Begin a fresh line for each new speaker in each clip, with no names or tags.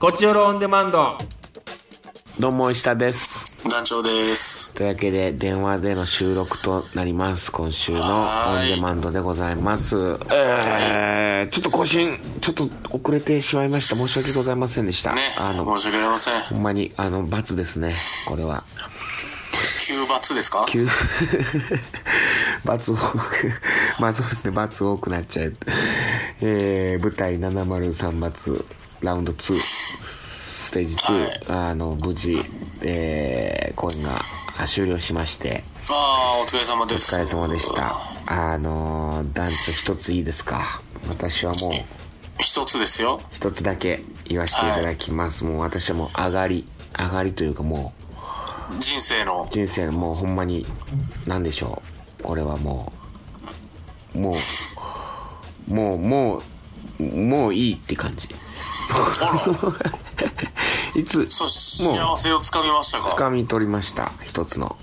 こちよろオンデマンド。
どうも石田です
団長です。
というわけで電話での収録となります今週の
は
オ
ーい
ンデマンドでございますえー、ちょっと更新ちょっと遅れてしまいました申し訳ございませんでした、
ね、
あの
申し訳ありません。
ほんまにあの罰ですねこれは
急罰ですか
急 罰多く まあそうですね罰多くなっちゃうえー、舞台703罰ラウンド2ステージ2、あの無事、えー、公演があ終了しまして
ああ、お疲れ様で
お
す。
疲れ様でしたあのー団長一ついいですか私はもう
一つですよ。
一つだけ言わせていただきます、もう私はもう上がり上がりというかもう
人生 の。
人生のもうほんまに何でしょうこれはもうもうもうもうもういいって感じいつ
そう、幸せをつかみましたか
掴み取りました一つの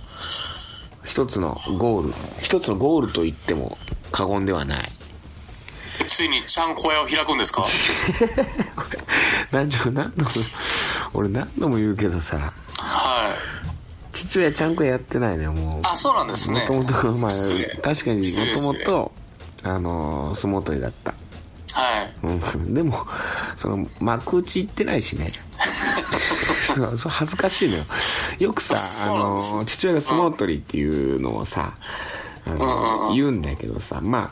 一つのゴール一つのゴールと言っても過言ではない
ついにちゃん小屋を開くんですか
何度も何度も俺何度も言うけどさ
はい。
父親ちゃんこやってないのよもう
あ、そうなんです
も
ね。
ともとまあ
失礼
確かに
失礼
もとも
失礼
とあのー相撲取りだった
はい。
うんでもその幕内行ってない しねそうそう恥ずかしいのよよくさあ
そうなんです
の父親が相撲取りっていうのをさあ
うんうんう
の
ん
言うんだけどさまあ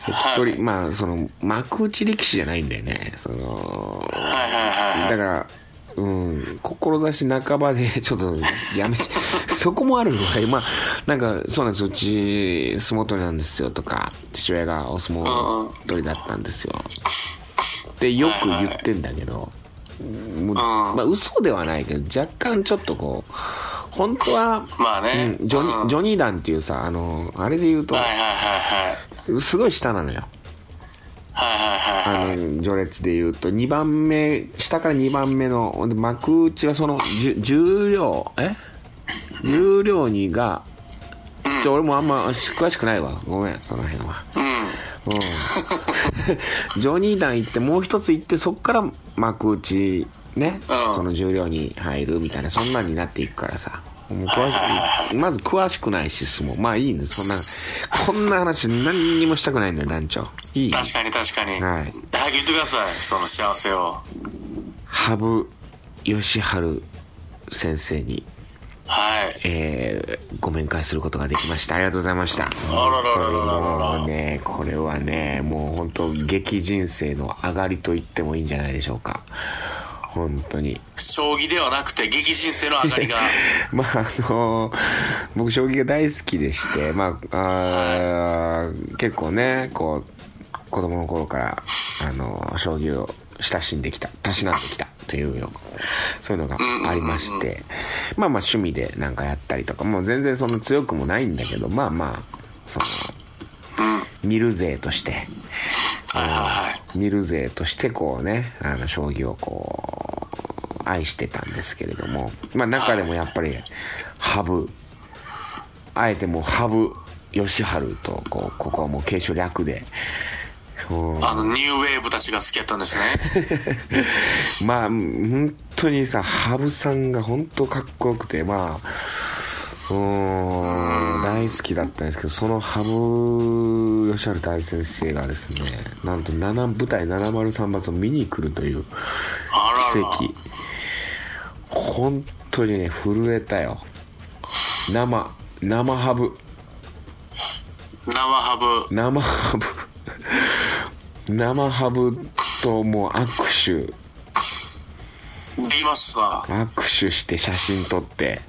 関取、
はい
まあその幕内力士じゃないんだよねその
はいはいはいはい。
だからうん志半ばで ちょっとやめ そこもあるのかいまあなんかそうなんですようち相撲取りなんですよとか父親がお相撲取りだったんですよってよく言ってんだけど、もうまあ嘘ではないけど若干ちょっとこう本当は、
まあね。
うんジョニ
うん
ジョニーダンっていうさあのあれで言うと
はいはいはいはい。
すごい下なのよ
はいはいはいはい。
あの序列でいうと2番目下から2番目のほんで幕内はそのじゅ重量え重量にがちょ俺もあんま詳しくないわごめんその辺は
うん。
うん ジョニー団行ってもう一つ行ってそっから幕内ね、
うん
その重量に入るみたいなそんなんになっていくからさもう詳しくまず詳しくないし相撲まあいいねそんなこんな話何にもしたくないんだよ団長いい
確かに確かに。
はい
早く言ってください。その幸せを。
羽生善治先生に、
はい。
えーご面会することができましたありがとうございました
あららららららら
もうねこれはねもう本当激人生の上がりと言ってもいいんじゃないでしょうか本当に
将棋ではなくて、激人生の上 がりが。
まああの僕将棋が大好きでして、まあ、あー結構ねこう子供の頃からあの将棋を親しんできたたしなんできたというよそういうのがありまして、まあまあ趣味でなんかやったりとかもう全然そんな強くもないんだけどまあまあその見る勢として
はいはいはい。
見る勢としてこうねあの将棋をこう愛してたんですけれどもまあ中でもやっぱり羽生あえてもう羽生善治とこうここはもう継承略で。うん
あの、ニューウェーブたちが好きやったん ですね。
まあ本当にさ羽生さんが本当かっこよくてまあうーん大好きだったんですけどその羽生善治大先生がですねなんと7舞台703発を見に来るという
あらら。
奇跡本当にね震えたよ生生ハブ
生ハブ。
生ハブ生ハブともう握手
できました。
握手して写真撮って、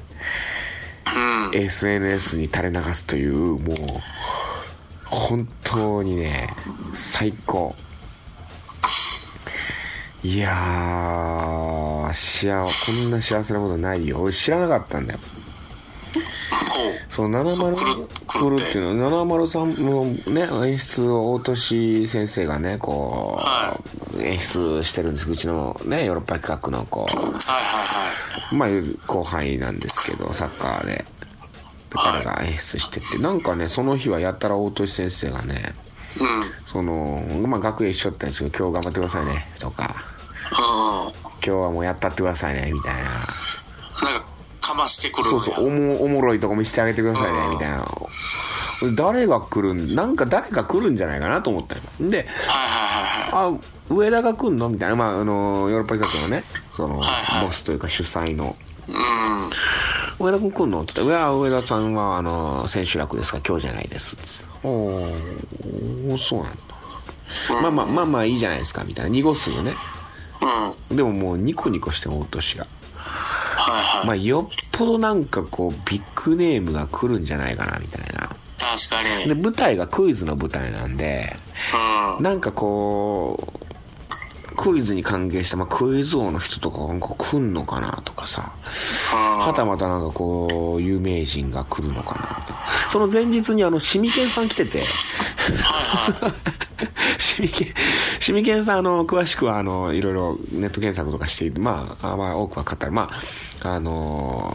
SNS に垂れ流すというもう本当にね最高いやー幸こんな幸せなことないよ俺知らなかったんだよ
こう。
その
そう
70
来
来
る
るっていうのは703のね演出を大俊先生がねこう、
は
演出してるんですうちのねヨーロッパ企画のこう
はいはいはい。
まあ、後輩なんですけど、サッカーで。彼が演出してて、なんかね、その日はやたら大俊先生がね、
うん。うん。
その、まあ、学園一緒だったんですけど、今日頑張ってくださいね、とか、
は
今日はもうやったってくださいねみたいな
なんか、かましてくるん
そ
や
うそうおもおもろいとこ見せてあげてくださいねみたいな誰が来るんなんか誰か来るんじゃないかなと思ったので
はいはいはいはい。
あ上田が来んのみたいな、まあ、あのヨーロッパ企画のねその
はいはい
ボスというか主催の
うん。
上田君来んのって言ったら「いや上田さんはあの千秋楽ですから今日じゃないです」っつっておーおーそうなんだまあまあまあまあいいじゃないですかみたいな濁すよね
うん。
でももうニコニコしてお年が
はいはい。
まあよっぽどなんかこうビッグネームが来るんじゃないかなみたいな
確かに。
で
うん。
舞台がクイズの舞台なんで
はい
なんかこうクイズに関係した、まあ、クイズ王の人とかなんか来んのかなとかさはたまたなんかこう有名人が来るのかなとかその前日にあのシミケンさん来てて
はい。
シミケンシミケンさんあの詳しくはあのいろいろネット検索とかしていてまああまあ多くは語るまああの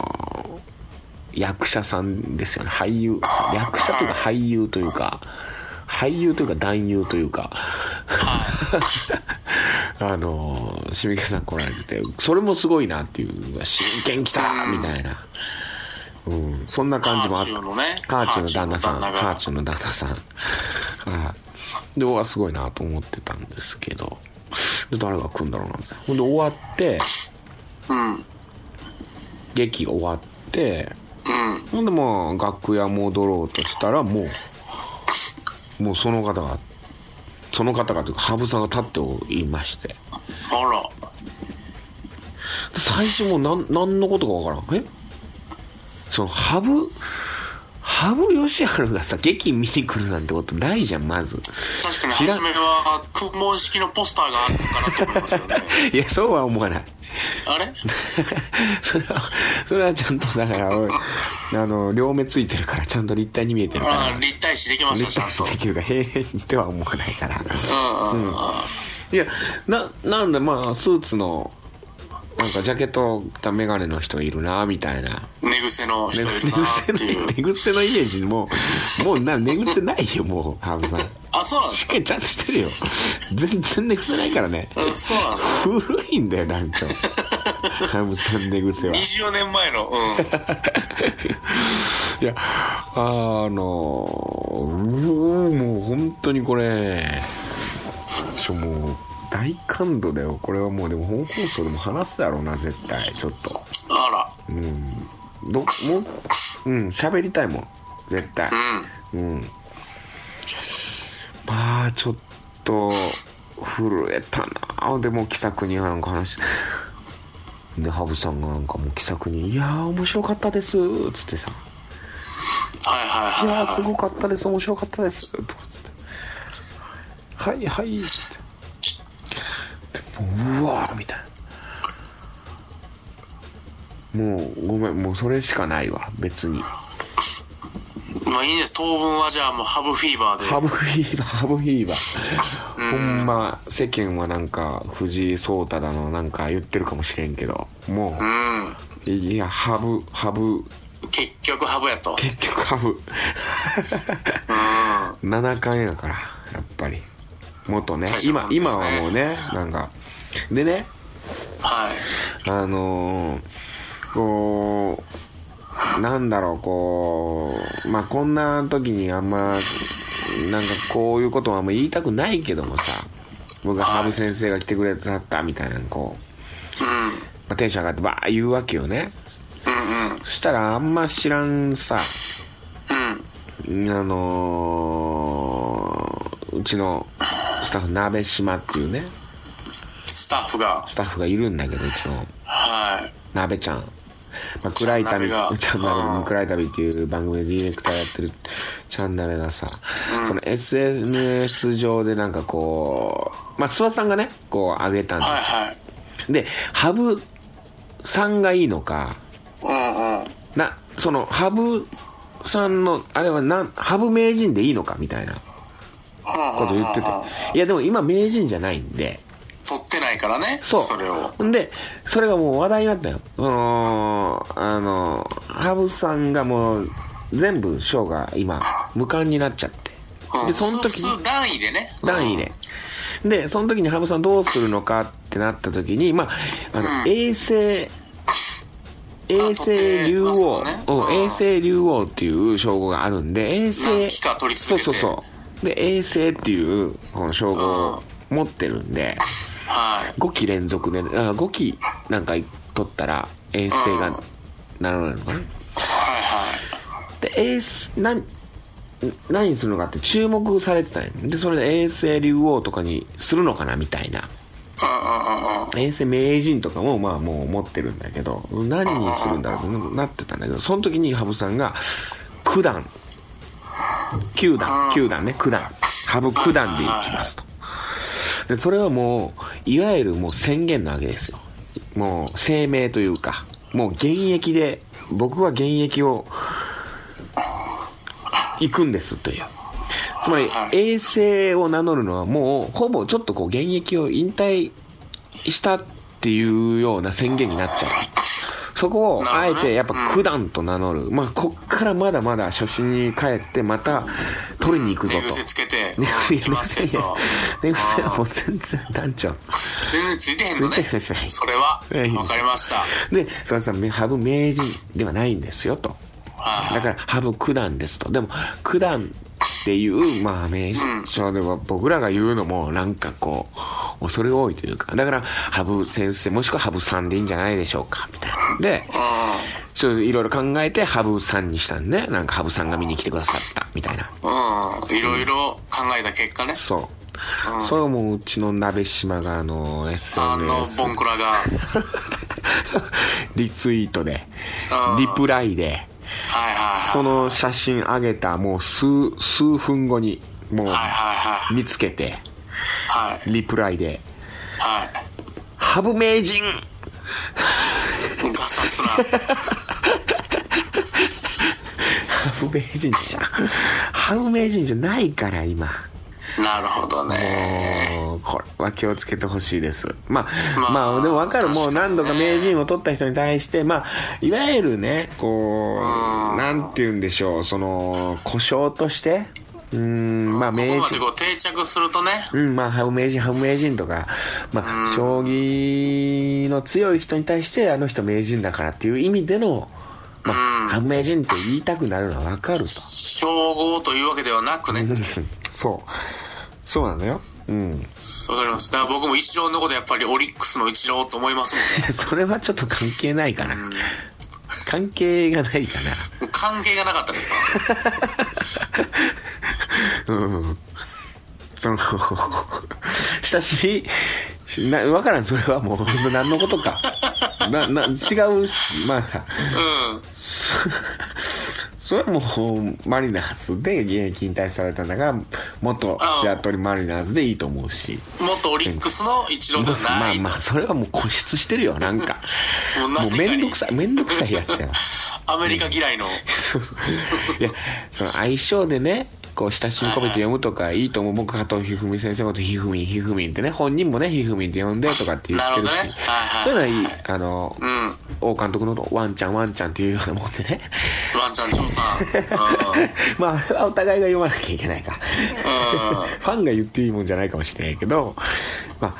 ー役者さんですよね俳優役者というか俳優というか俳優というか男優というかあのー、しみけさん来られてて、それもすごいなっていう、うわ真剣来たみたいな。うん、そんな感じもあっ
カーチューのね
カーチューの旦那さん。
カ
カ
ー
ー
チ
チューの旦那さん。はい。で、うわ、すごいなと思ってたんですけど、で誰が来るんだろうな、みたいな。ほんで、終わって、
うん。
劇終わって、
うん。
ほんで、まあ、楽屋戻ろうとしたら、もう、もうその方が、その方がというか、羽生さんが立っておりまして。
あら。
最初もうなん何のことかわからんえその羽生羽生善治がさ劇見に来るなんてことないじゃんまず
確かに、
知ら
初めは、クモン式のポスターがあるのかなと思いますよね。
いやそうは思わない
あれ
それはそれはちゃんとだからおいあの両目ついてるからちゃんと立体に見えてるから
うん、立体視できました、
立
ちゃん
体視
と。
できるから平変では思わないから
うんうんうん。
いやななんでまあスーツのなんかジャケットを着た眼鏡の人いるなみたいな
寝癖の人いる
寝
なって
癖
い
の
う。
寝癖のイメージもうもうな寝癖ないよもう羽生さん
あ、そうなんで
し
す
っかりちゃんとしてるよ全然寝癖ないからね
かうんそうなんですね
古いんだよ団長羽生さん寝癖は
20年前の、うん。
いやあのうーもう本当にこれちょもう大感動だよこれはもうでも本放送でも話すだろうな絶対ちょっと
あ
うんどもううん喋りたいもん絶対
ら。うん。
うん、まあちょっと震えたなでも気さくになんか話しで羽生さんがなんかもう気さくに「いやー面白かったです」っつってさ「
はいはい
い
はい
や
は
ー
い。
すごかったです面白かったです」とかっつって「はいはい」っつってでもううわーみたいな。もうごめんもうそれしかないわ別に
まあいいんです。当分はじゃあもうハブフィーバーで。
ハブフィーバー、ハブフィーバー。ほんま、世間はなんか、藤井聡太だの、なんか言ってるかもしれんけど、も
うん。
う、いや、ハブ、ハブ、
結局ハブやと。
結局ハブ。
うん。
七冠やから、やっぱり。元ね
大。した
今
も、んです
今
ね
はもうね、なんか。でね、
はい。
あのーこう、なんだろう、こう、まあ、こんな時にあんま、なんかこういうことはあんま言いたくないけどもさ、僕は羽生先生が来てくれたったみたいな、こう、
うん。
まあ、テンション上がってばー言うわけよね。
うんうん。
そしたらあんま知らんさ、
うん。
あのーうちのスタッフ、鍋島っていうね、
スタッフが。
スタッフがいるんだけど、うちの。
はい。
鍋ちゃん。まあ、暗い旅、
ち
ち
ゃん鍋が
ゃん鍋
う
の
ん
暗い旅っていう番組でディレクターやってるちゃん鍋がさ、その SNS 上でなんかこう、まあ、諏訪さんがね、こう上げたんで
はいはい。
す。で、羽生さんがいいのか、
うんうん。
な、その羽生さんの、あれはなん、羽生名人でいいのかみたいなこと言ってて
うんうんうんうん。
いや、でも今名人じゃないんで、
取ってないからね。
そう。
それを。
んで、それがもう話題になったよ。その、あの、羽生さんがもう、全部賞が今、無冠になっちゃって。
うん
で、その時
普通普通
に、
段位でね。
段位で。でその時に羽生さんどうするのかってなった時にまああの、
うん
永世永世竜王、
まあそうね
うん
うん
永世竜王っていう称号があるんで永世
何期か取り
そう
続け
そ
て
うそうで永世っていうこの称号を持ってるんで
はい
5期連続であ5期なんか取ったら永世がならないのかな
はいはい
でエース何何するのかって注目されてたんよでそれで永世竜王とかにするのかなみたいな
うんうんうんうん
永世名人とかもまあもう持ってるんだけど何にするんだろうってなってたんだけどその時に羽生さんが九段九
う
段
ん
九段ね九段羽生九段でいきますとでそれはもういわゆるもう宣言なわけですよもう声明というかもう現役で僕は現役を行くんですというつまり
はい
衛星を名乗るのはもうほぼちょっとこう現役を引退したっていうような宣言になっちゃうそこをあえてやっぱ九段と名乗る、まあこっからまだまだ初心に帰ってまた取りに行くぞ
寝
と
癖つけて
寝癖
行きますよ と
寝癖はもう全然団長
全然ついてへんのね
ついてへん
それは
ええ
わかりました
でそれさ羽生名人ではないんですよと
はい
だから羽生九段ですとでも九段っていうまあ名称では僕らが言うのもなんかこう恐れ多いというかだから羽生先生もしくは羽生さんでいいんじゃないでしょうかみたいなでちょっといろいろ考えて羽生さんにしたんでなんか羽生さんが見に来てくださったみたいな
うんうんいろいろ考えた結果ね
そう、
うん
それはもううちの鍋島があの
あの
SNS
ボンクラが
リツイートで
うん
リプライで
はいはいはい
その写真上げたもう数数分後にもう
はいはい
見つけて
はいはい
リプライで
はい
「ハブ名人
ガサツな
ハブ名人じゃハブ名人じゃないから今」
なるほどね
もうこれは気をつけてほしいですまあま
ま
あ、
あ
でも分かるもう
確か
何
にね
度か名人を取った人に対してまあいわゆるねこう
うん
なんて言うんでしょうその故障としてうーんまあ
ここ
名
ま
人
でこう定着するとね
うん、まあ、ハブ名人、ハブ名人とか、まあ、将棋の強い人に対して、あの人名人だからっていう意味での、まあ
うん、
ハブ名人って言いたくなるのはわかると。
称号というわけではなくね
そう。そうなのよ。うん。
わかりますだから僕もイチローのことやっぱりオリックスのイチローと思いますもん ね
それはちょっと関係ないかな。関係がないか
もう関係がなかったですか
な。うん。その、親しみ、な、わからん、それはもう、何のこと か。な、な、違うし、まあ、
らうん
それはもうマリナーズで現役引退されたんだから元シアトルマリナーズでいいと思うし
元オリックスのイチローでは
ま
な
あ
い、
まあそれはもう固執してるよなん か
もう
も
何
う
かに
めんどくさいめんどくさいやつやな
アメリカ嫌いの、
いやその相性でねこう親しみ込めて読むとかいいと思う僕加藤一二三先生のことひふみんひふみんってね本人もねひふみんって呼んでとかって言ってるし
なるほどねはいはい
そういうのはいいあの
うん、ワ
王監督のことワンちゃんワンちゃんっていうようなもんでね
ンちゃん、ジョーさん、うん、
まああれはお互いが読まなきゃいけないか
う
フ
ん
ァンが言っていいもんじゃないかもしれないけど、ま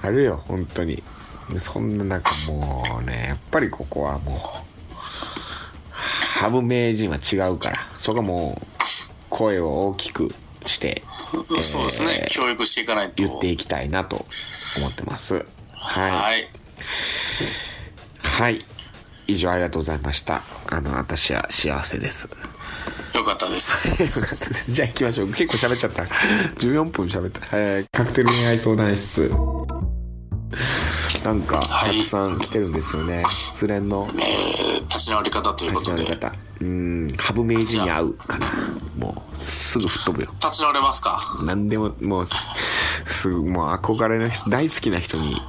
あ、あるよ、本当に。そんな中もうね、やっぱりここはもう、羽生名人は違うから、そこはもう、声を大きくして、えー
そうですね、教育していかないと。
言っていきたいなと思ってます。は。
はいい。
はい。以上ありがとうございました。あの、私は幸せです。
よかったで す。
じゃあ行きましょう。結構喋っちゃった。14分喋った。はい。カクテル恋愛相談室。なんか、
は
た
い
くさん来てるんですよね。失恋の
えー、立ち直り方というこ
立ち
と
直
で。
り
立
方。うん、羽生名人に合うかな。もう、すぐ吹っ飛ぶよ。
ち直れますか
なんでも、もう、すすぐ、もう憧れの人、大好きな人に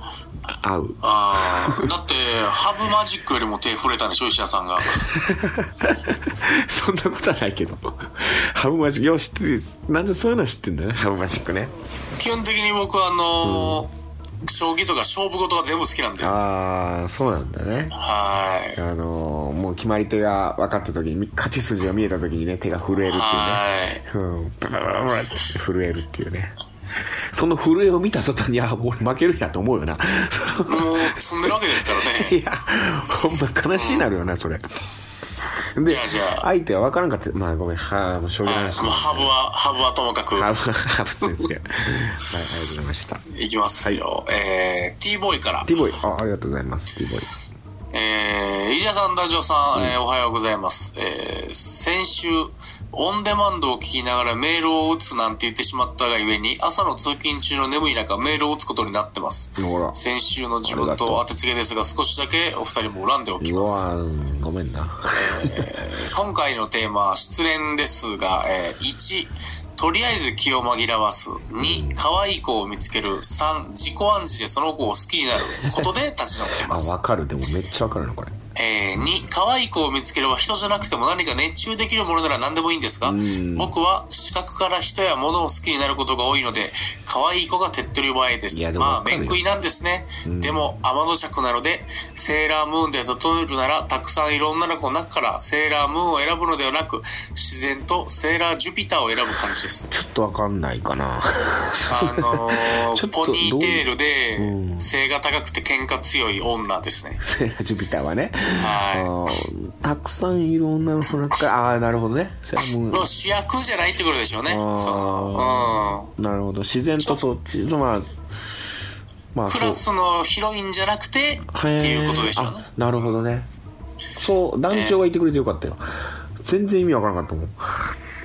合う。
あーだって、ハブマジックよりも手触れたんでしょ、石田さんが。
そんなことはないけど。羽生マジック、よう知ってる。なんでそういうの知ってんだね、羽生マジックね。
基本的に僕は、あのー将棋とか勝負事が全部好きなんで。は
ああ、そうなんだね。
ーい。
あのーもう決まり手が分かった時に勝ち筋が見えた時にね手が震えるっていうね
は
うんブブブブブって震えるっていうね
ーい。
その震えを見た途端に、あ、俺負けるやと思うよな。 その
もう積んでるわけですからね
いや、ほんま悲しいなるよな、それ。で
じゃあじゃ、あ
相手は分からんかった。まあごめん、はあ、もう将棋の
はい
話。
もうハブはハブはともかく
ハブ、ハブ先生。はい、ありがとうございました。
いきますよ、えー、T ボーイから、
T ボーイ、あありがとうございます、T ボー
えー、飯田さん、ダジオさん、えーおはようございます。えー、先週、オンデマンドを聞きながらメールを打つなんて言ってしまったがゆえに、朝の通勤中の眠い中、メールを打つことになってます。
イ。ほら。
先週の自分と当てつけですが、少しだけお二人も恨んでおき
う
ます。
わごめんな。
今回のテーマは失恋ですが、えー1とりあえず気を紛らわす2可愛い子を見つける3自己暗示でその子を好きになることで立ち直って
あ、
ま
わ
す、
かる。でもめっちゃわかるな、これ。
えー2可愛い子を見つけるは人じゃなくても何か熱中できるものなら何でもいいんですが、
うん
僕は視覚から人や物を好きになることが多いので可愛い子が手っ取り早いです
いやでも
ま
わ
あ
かるよ
面食いなんですね、
うん
でも天の尺なのでセーラームーンで例えるならたくさんいろんな子の中からセーラームーンを選ぶのではなく自然とセーラージュピターを選ぶ感じ です
ちょっとわかんないかな。
あのー
ちょっと
ポニーテール
う
で
ん
背が高くて喧嘩強い女ですね
セーラージュピターはね。
はい
あーたくさんいろんなの中から、ああー、なるほどね。セーラームーン
の主役じゃないってことでしょうね
あ
そ
ー
のうん
なるほど。自然とそっち、まあ、まあ、
ク
そう
ラ。スのヒロインじゃなくてって
へー
いうことでしょうね
あなるほどね。そう、団長がいてくれてよかったよ。全然意味わからなかったもん。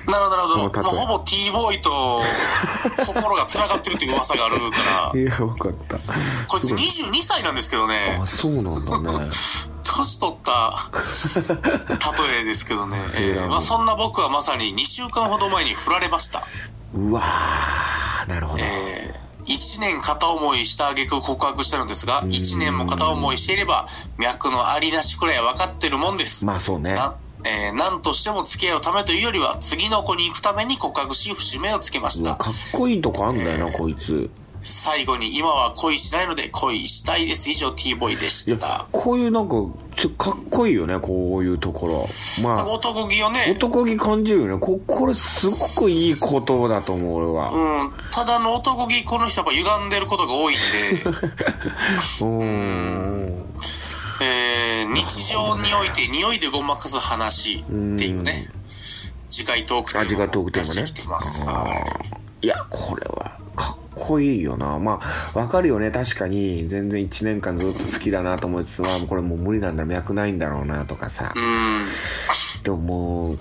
なるほど、なるほど。
も
も
う例
う
え
ほぼ T ボー イと心が繋がってるっていう噂があるから、
いや、よかった。
こいつ22歳なんですけどね
あ、、そうなんだ ね。
年取った 例えですけどね、
そうな
えー
の
まあ、そんな僕はまさに2週間ほど前に振られました。
うわー、なるほど。
え1年片思いした挙句告白したのですが、1年も片思いしていれば、脈のありなしくらい分かってるもんです。
まあそうね。
なえー何としても付き合うためというよりは次の子に行くために告白し節目をつけまし
うわ
た
かっこいいとこあんだよな、こいつ。
最後に今は恋しないので恋したいです以上 T ボーイで
い
し
や
た、
こういうなんか、ちょかっこいいよね、こういうところ。まあ、
男気をね、
男気感じるよね。こ、これすごくいいことだと思う、俺は。
うん、ただの男気この人やっぱ歪んでることが 多いんで、
うーん。
えー日常において匂いでごまかす話っていうね次回トークテーマを
味がトークテーマ
出
ね
してきてます
あーいやこれはかっこいいよなまあわかるよね確かに全然1年間ずっと好きだなと思いつつまあこれもう無理なんだろう脈ないんだろうなとかさ
うん
でももう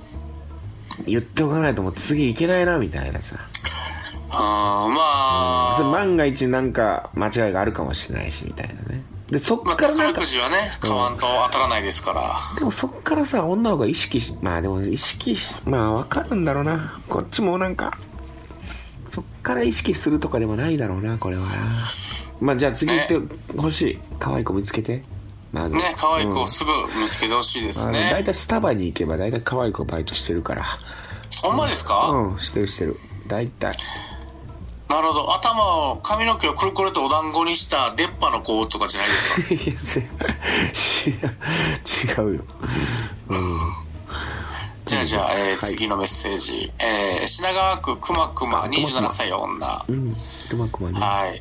言っておかないともう次いけないなみたいなさ
あーまあ、
それ万が一なんか間違いがあるかもしれないしみたいなねでそっ
まあ、
からなん
宝
か
くじはね買わんと当たらないですから、
でもそっからさ女の子が意識しまあでも意識しまあわかるんだろうなこっちもなんかそっから意識するとかでもないだろうなこれはなまあじゃあ次行ってほしい可愛い子見つけてまず
ね可愛い
う
子を
ん
すぐ見つけてほしいです
あの
ね、
大体、スタバに行けば大体可愛い子バイトしてるから
ほんまですか、
うんしてるしてる大体
なるほど頭を髪の毛をくるくるとお団子にした出っ歯の子とかじゃないです か
いや違う違うよ
じゃあじゃあ、えー
はい
次のメッセージ、えー品川区くまくま
あくまくま
27歳女
うんうまくまねあ
は
り
い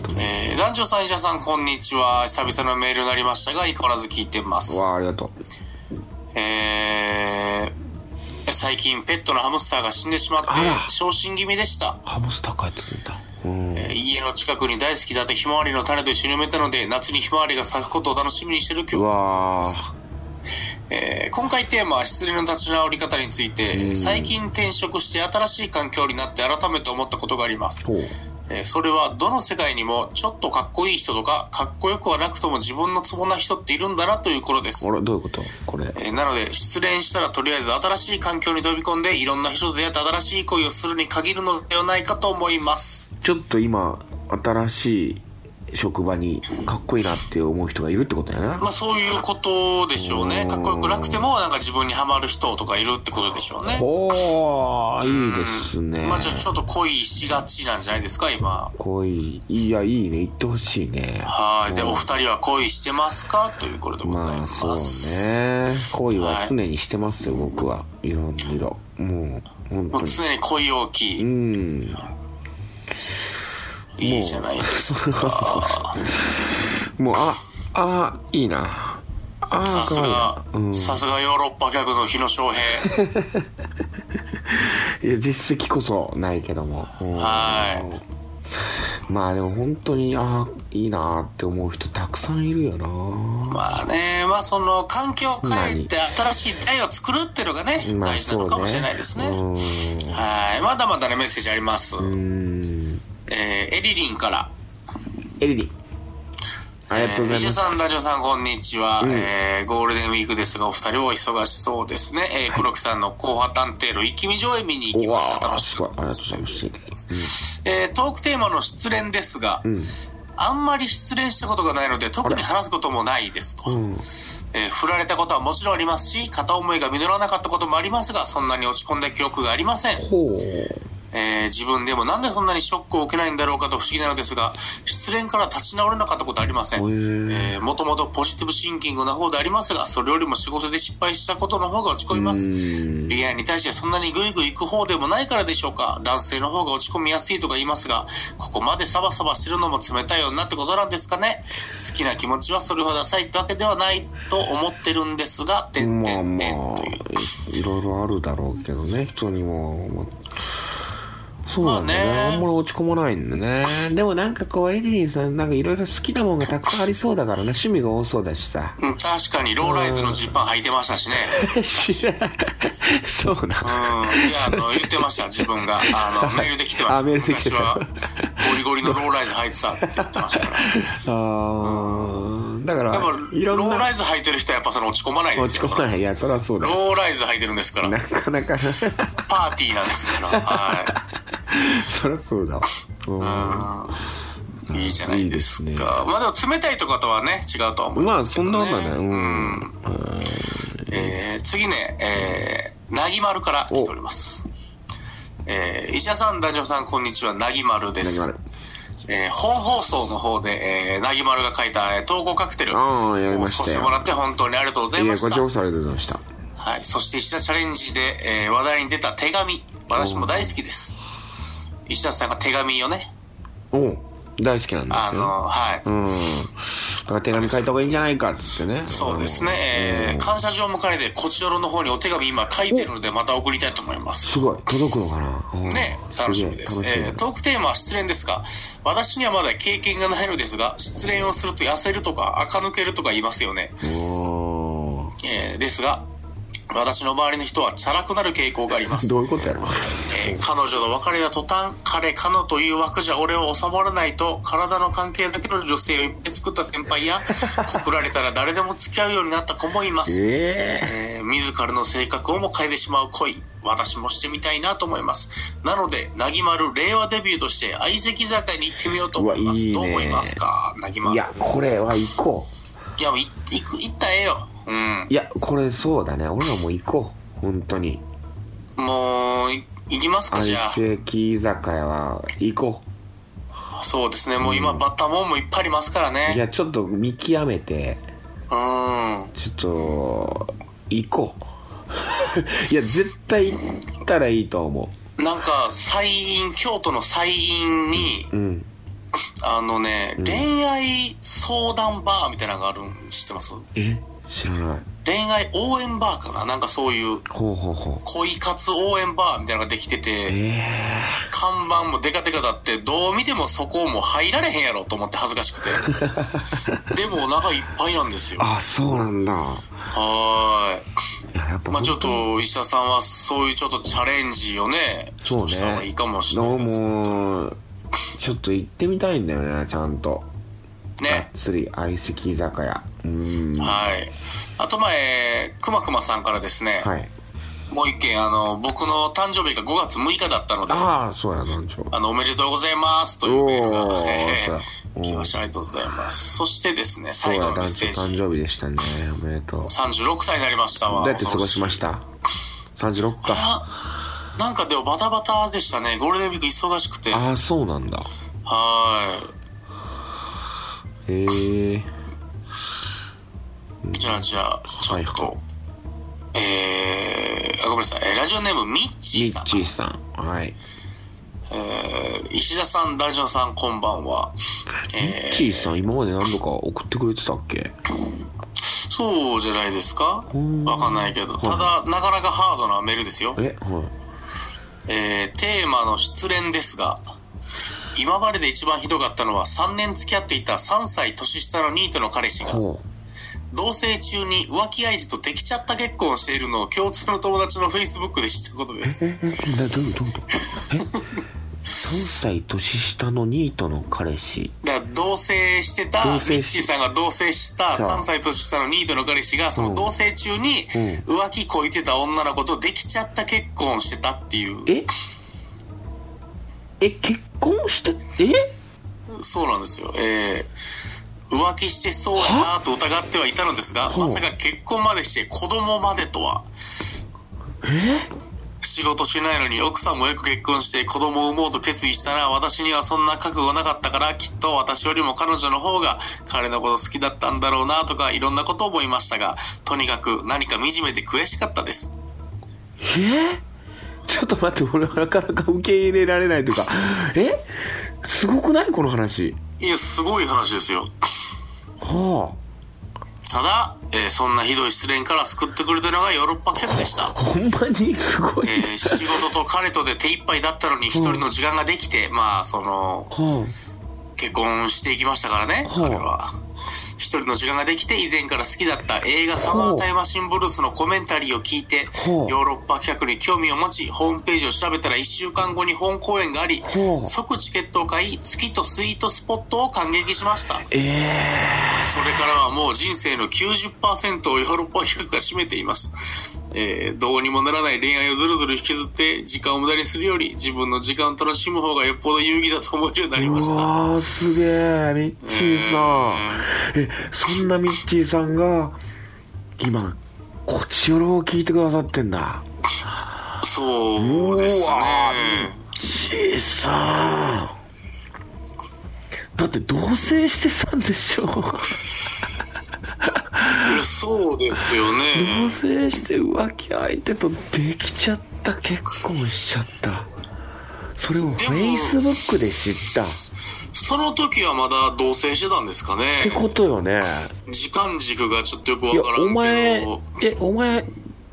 がとうね
えー、団長さん、医者さん、こんにちは。久々のメールになりましたが、相変わらず聞いてます
う。わあありがとう
えー、最近、ペットのハムスターが死んでしまって
あら、
昇進気味でした。
ハムスター帰ってくんだうん
えー家の近くに大好きだったひまわりの種と一緒に埋めたので、夏にひまわりが咲くことを楽しみにしてる今日
うわあ
えー今回テーマは失恋の立ち直り方について、
うん
最近転職して新しい環境になって改めて思ったことがあります、
ほう
えーそれはどの世界にもちょっとかっこいい人とかかっこよくはなくとも自分のツボな人っているんだなということです
あれどういうことこれ
えーなので失恋したらとりあえず新しい環境に飛び込んでいろんな人と出会って新しい恋をするに限るのではないかと思います
ちょっと今新しい職場にかっこいいなって思う人がいるってことやな
まあそういうことでしょうね
うん
かっこよくなくてもなんか自分にはまる人とかいるってことでしょうね
ほーいいですね
まあじゃあちょっと恋しがちなんじゃないですか今
恋いやいいね言ってほしいね
はい。で、
うん
お二人は恋してますかということでござ
ま
い
あ
ま
そ
す。
うね恋は常にしてますよ僕はいろいろもう本
も
当
う
に
常に恋多
う
き。
ん
いいじゃないですか。
もうああいいなああ
さすが、さすがヨーロッパ客の日野翔 平。
いや実績こそないけども、うん
は
まあでも本当にああいいなって思う人たくさんいるよな
まあね、まあその環境を変えて新しい台を作るっていうのがね、
まあ
大事なのかもしれないですね。
そうね
はい。まだまだね、メッセージあります。
うんうん
えーエリリンから。
エリリンありがとうござい
えー
ま
西
す、
田さん、ダジョさん、こんにちは、えーゴールデンウィークですが、お二人はお忙しそうですね。えー黒木さんの後派探偵路、一気見上映見に行き
おわ
ました。
あ
楽し
すごい
か
あり
った
がとうご
です
ざいます、
えートークテーマの失恋ですが、
ん
あんまり失恋したことがないので、特に話すこともないですと。
うん、
えー振られたことはもちろんありますし、片思いが実らなかったこともありますが、そんなに落ち込んだ記憶がありません。
ほう
えー自分でもなんでそんなにショックを受けないんだろうかと不思議なのですが、失恋から立ち直れなかったことありません。
へー
えーもともとポジティブシンキングな方でありますが、それよりも仕事で失敗したことの方が落ち込みます。
うん
恋愛に対してそんなにグイグイ行く方でもないからでしょうか男性の方が落ち込みやすいとか言いますがここまでサバサバしてるのも冷たい女ってことなんですかね好きな気持ちはそれほど浅いってわけではないと思ってるんですがてん
ま
て
あ
ん
ま
て
あ
んという
いい ろいろあるだろうけどね人にも、まあそうなんだね,、
まあ
あ、
ね
んまり落ち込まないんだねでもなんかこうエリリンさんなんかいろいろ好きなもんがたくさんありそうだからね趣味が多そうだしさ
うん確かにローライズのジーパン履いてましたしね
知らんそう
うん
ない
やあの言ってました自分があのメールで来て ま
あ
した
メールで来て
昔
た
はゴリゴリのローライズ履いてたって言ってましたから
あーだから
やっぱ
いろ
ロ
ん
ーラ
な
イズ履いてる人はやっぱその落ち込まないで
落
す
ち
よ
込まないいやそりゃそうだ
ローライズ履いてるんですから
なかなかそ
パーティーなんです から。は
りゃ そうだわうん
い。いいじゃないですか。
いいですね
まあでも冷たいとかとはね、違うとは思い
ま
ま
あ
す
そ
けど、
ん
ね。
なことはねうん、
うん。えー次ね、えー、なぎまるから来ております。えー、石田さん、男女さん、こんにちは、なぎまるです。
なぎまる
えー本放送の方で、えー、なぎまるが書いた、えー、統合カクテル
ああやりましたよ
少してもらって本当にありがとうござい
い
ま
や
し
こ
た
ちら。こそありがとうございました
はい、そして石田チャレンジで、えー話題に出た手紙私も大好きです石田さんが手紙をね
おう大好きなんで
あ
すよ
のはい、
うん。だから手紙書いた方がいいんじゃないかっつってね。
そうですね、えー感謝状も兼ねてこちらの方にお手紙今書いてるのでまた送りたいと思います
すごい。届くのかなうん
ね
すげえ
楽しみです
楽しみだ
えートークテーマは失恋ですが私にはまだ経験がないのですが失恋をすると痩せるとか垢抜けるとか言いますよね、
おー
えーですが私の周りの人はチャラくなる傾向があります
どういうことやろ
えー彼女の別れた途端彼彼女という枠じゃ俺を収まらないと体の関係だけの女性をいっぱい作った先 輩や告られたら誰でも付き合うようになった子もいます、
え
えー自らの性格をも変えてしまう恋私もしてみたいなと思いますなのでなぎまる令和デビューとして相席酒屋に行ってみようと思いま
うわ
す
いいね
どう思いますかなぎ
え
ま
ー。い
るい
や、これは行こ
やもうい行く行ったらええようん
う。いや、これそうだね。俺らも行こう。本当に。
もうい行きますか
相
じゃ
席居酒屋は行こ
あそうですねもう今バッタモンもいっぱいありますから
う。い
ね
や、ちょっと見極めて、
うん
ちょっと、行こう。 いや、絶対行ったらいいと思
なんか、祭院、京都の祭院に、
う。うん。
あのね、恋愛相談バーみたいなのがあるん知ってます
え知らない。
恋愛応援バーかななんかそういう、
ほうほうほう。
恋活応援バーみたいなのができてて、
え
看板もデカデカだって、どう見てもそこもう入られへんやろと思って恥ずか しくて。でもお腹いっぱいなんですよ。
あそうなんだ
はー
いややっぱ
い。まあちょっと、石田さんはそういうちょっとチャレンジをね、ちょっ
そう
とした方がい
ね
いかもしれ
ど
な
う
いです。
もちょっと行ってみたいんだよねちゃんとがっ
ね。
つり相席居酒屋うんは
はい。あと前、くまくまさんからですね、
い
もう一件、あの、僕の誕生日が5月6日だったので、あ
ああそうやなんちょう
の、おめでとうございますというメール
お
が
おそう
え
や
ー来ました。ありがとうございます。そしてですね、
そう
最後
や
のメッ
男子
セージ。
誕生日でしたねおめでとうど
36歳になりましたわ。
うやって過ごしました36か
あなんかでもバタバタでしたね。ゴールデンウィーク忙しくて。は
ああそうなんだ
ー
へえ
い。じゃあじゃあ、ちょ
はい
っと、
はい
えー、あごめんなさい。えーラジオネームミッチ
リ
ーさ
ッ
ん。
チーさんはい
えー石田さん、ダジョンさん、こんばんは。えー
チーさん今まで何度か送ってくれてたっけ
そうじゃないですか
うん
わかんないけど。ただ、なかなかハードなメールですよ。
えは
えーテーマの失恋ですが、今までで一番ひどかったのは3年付き合っていた3歳年下のニートの彼氏
い
が、
ほ
同棲中に浮気愛人とできちゃった結婚をしているのを共通の友達の Facebook で知ったことです。
うええだどういうどういうことえ3歳年下のニートの彼氏
だから同棲してた、
同
ミ
棲し
ッチーさんが同棲した
そう
3歳年下のニートの彼氏が、その同棲中に浮気こいてた女の子とできちゃった結婚をしてたっていう、
ええ結婚してえ
そうなんですよ。えー浮気してそうやなと疑ってはいたのですが、
ほう
まさか結婚までして子供までとは。仕事しないのに奥さんもよく結婚して子供を産もうと決意したら私にはそんな覚悟なかったからきっと私よりも彼女の方が彼のこと好きだったんだろうなとかいろんなことを思いましたがとにかく何か惨めで悔しかったです
えちょっと待って俺はなかなか受け入れられないというかえすごくないこの話
いやすごい話ですよ
は
ただ、えーそんなひどい失恋から救ってくれたのがヨーロッパ圏でした
あほんまにすごい、
えー仕事と彼とで手一杯だったのに一人の時間ができて、まあその
は
結婚していきましたからね、
はあ
彼は。一人の時間ができて以前から好きだった映画「サマータイムマシンブルース」のコメンタリーを聞いて
は
ヨ
あ
ーロッパ企画に興味を持ちホームページを調べたら1週間後に本公演があり
はあ
即チケットを買い月とスイートスポットを感激しました
ええ
それからはもう人生の90%をヨーロッパ企画が占めています、えーどうにもならない恋愛をずるずる引きずって時間を無駄にするより自分の時間を楽しむ方がよっぽど有意義だと思えるようになりまし
う
た
わーすげえミッチーさんえそんなミッチーさんが今こちよろを聞いてくださってんだ
そうです
うわ
ね
ちーさんだって同棲してたんでしょ同
いやそうですよね
棲して浮気相手とできちゃった結婚しちゃったそれをフェイスブックで知ったっ
その時はまだ同棲してたんですか
て
ね
ことよね
時間軸がちょっとよくわ
いや
からんけど
お前えお前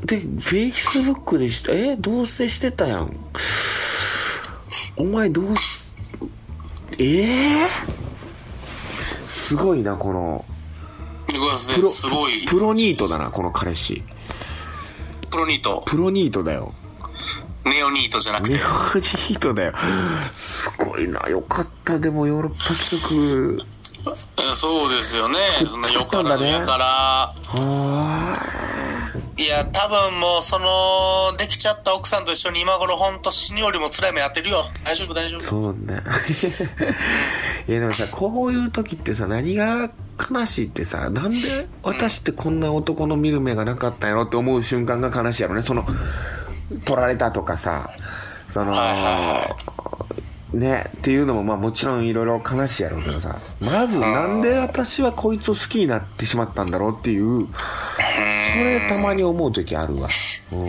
でフェイスブックでしたえ同棲してたやんお前どうしええすごいなこの
ごめんなさい
プロ
すごい
プロニートだなこの彼氏
プロニート
プロニートだよ
ネオニートじゃなく
ネ
て
オニートだよすごいなよかったでもヨーロッパ企画
えそうですよねそんなよからぬやから
あ
いや多分もうそのできちゃった奥さんと一緒に今頃ほんと死ぬよりも辛い目やってるよ大丈夫大丈
あ
夫
そうね いやでもさこういう時ってさ何が悲しいってさなんで私ってこんな男の見る目がなかったんやろって思う瞬間が悲しいやろねその取られたとかさその、
はいはいは
ねっていうのもまあもちろんいろいろ悲しいやろうけどさまずなんで私はこいつを好きになってしまったんだろうっていうそれたまに思う時あるわうん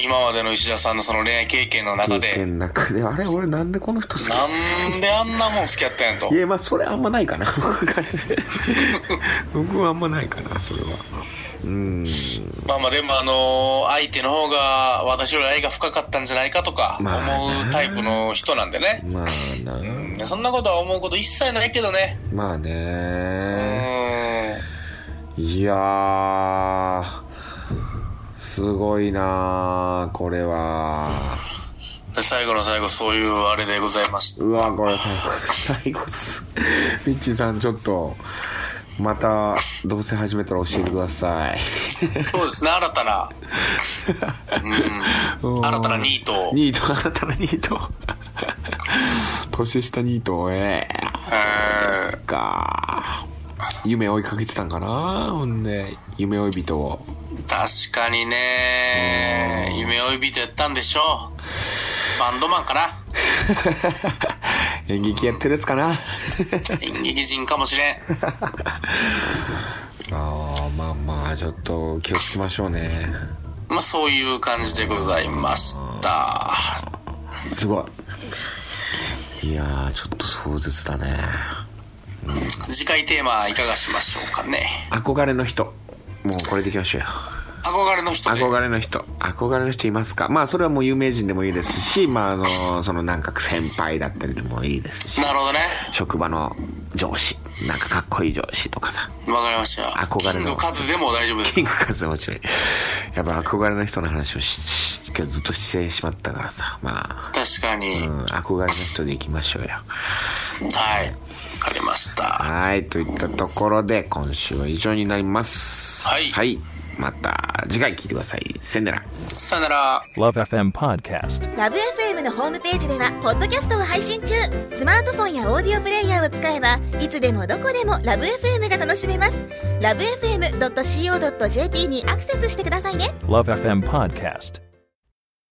今までの石田さんのその恋愛経験の中
経
で
験の中であれ俺なんでこの人好き
なんであんなもん好きやったんやと
いやまあそれあんまないかな 僕はあんまないかなそれはうん
まあまあでもあの相手の方が私より愛が深かったんじゃないかとか
まあな
思うタイプの人なんでね、
まあな
うんそんなことは思うこと一切ないけどね
まあ
う
ね
ん
いやーすごいなーこれは
で最後の最後そういうあれでございました
うわこれ最後最後っすミッチーさんちょっとまたどうせ始めたら教えてください
そうですね新たな、うん、新たなニートを、
ニート新たなニート年下ニートええ
え
か夢追いかけてたんかなほんで夢追い人を
ー確かにね
うん
夢追い人やったんでしょうバンドマンかな
演劇やってるやつかな
演劇人かもしれん
ああまあまあちょっと気をつけましょうね
まあそういう感じでございました
すごいいやーちょっと壮絶だね
次回テーマいかがしましょうかね
憧れの人もうこれでいきましょうよ
憧れの人で
憧れの人憧れの人いますかまあそれはもう有名人でもいいですしまああのそのなんか先輩だったりでもいいですし
なるほどね
職場の上司なんかかっこいい上司とかさ
わかりました
憧れの
キングカズでも大丈夫です
キングカズもちろんやっぱ憧れの人の話をしし今日ずっとしてしまったからさま
確か
あ、う
に、
ん、憧れの人でいきましょうよ
はいわかりました
はいといったところで今週は以上になります
はい
また次回聞いてくださいせんでら
さよなら
Love FM Podcast.
ラブ f m のホームページではポッドキャストを配信中スマートフォンやオーディオプレイヤーを使えばいつでもどこでもラブ f m が楽しめますラブ FM.co.jp にアクセスしてくださいね
Love FM Podcast.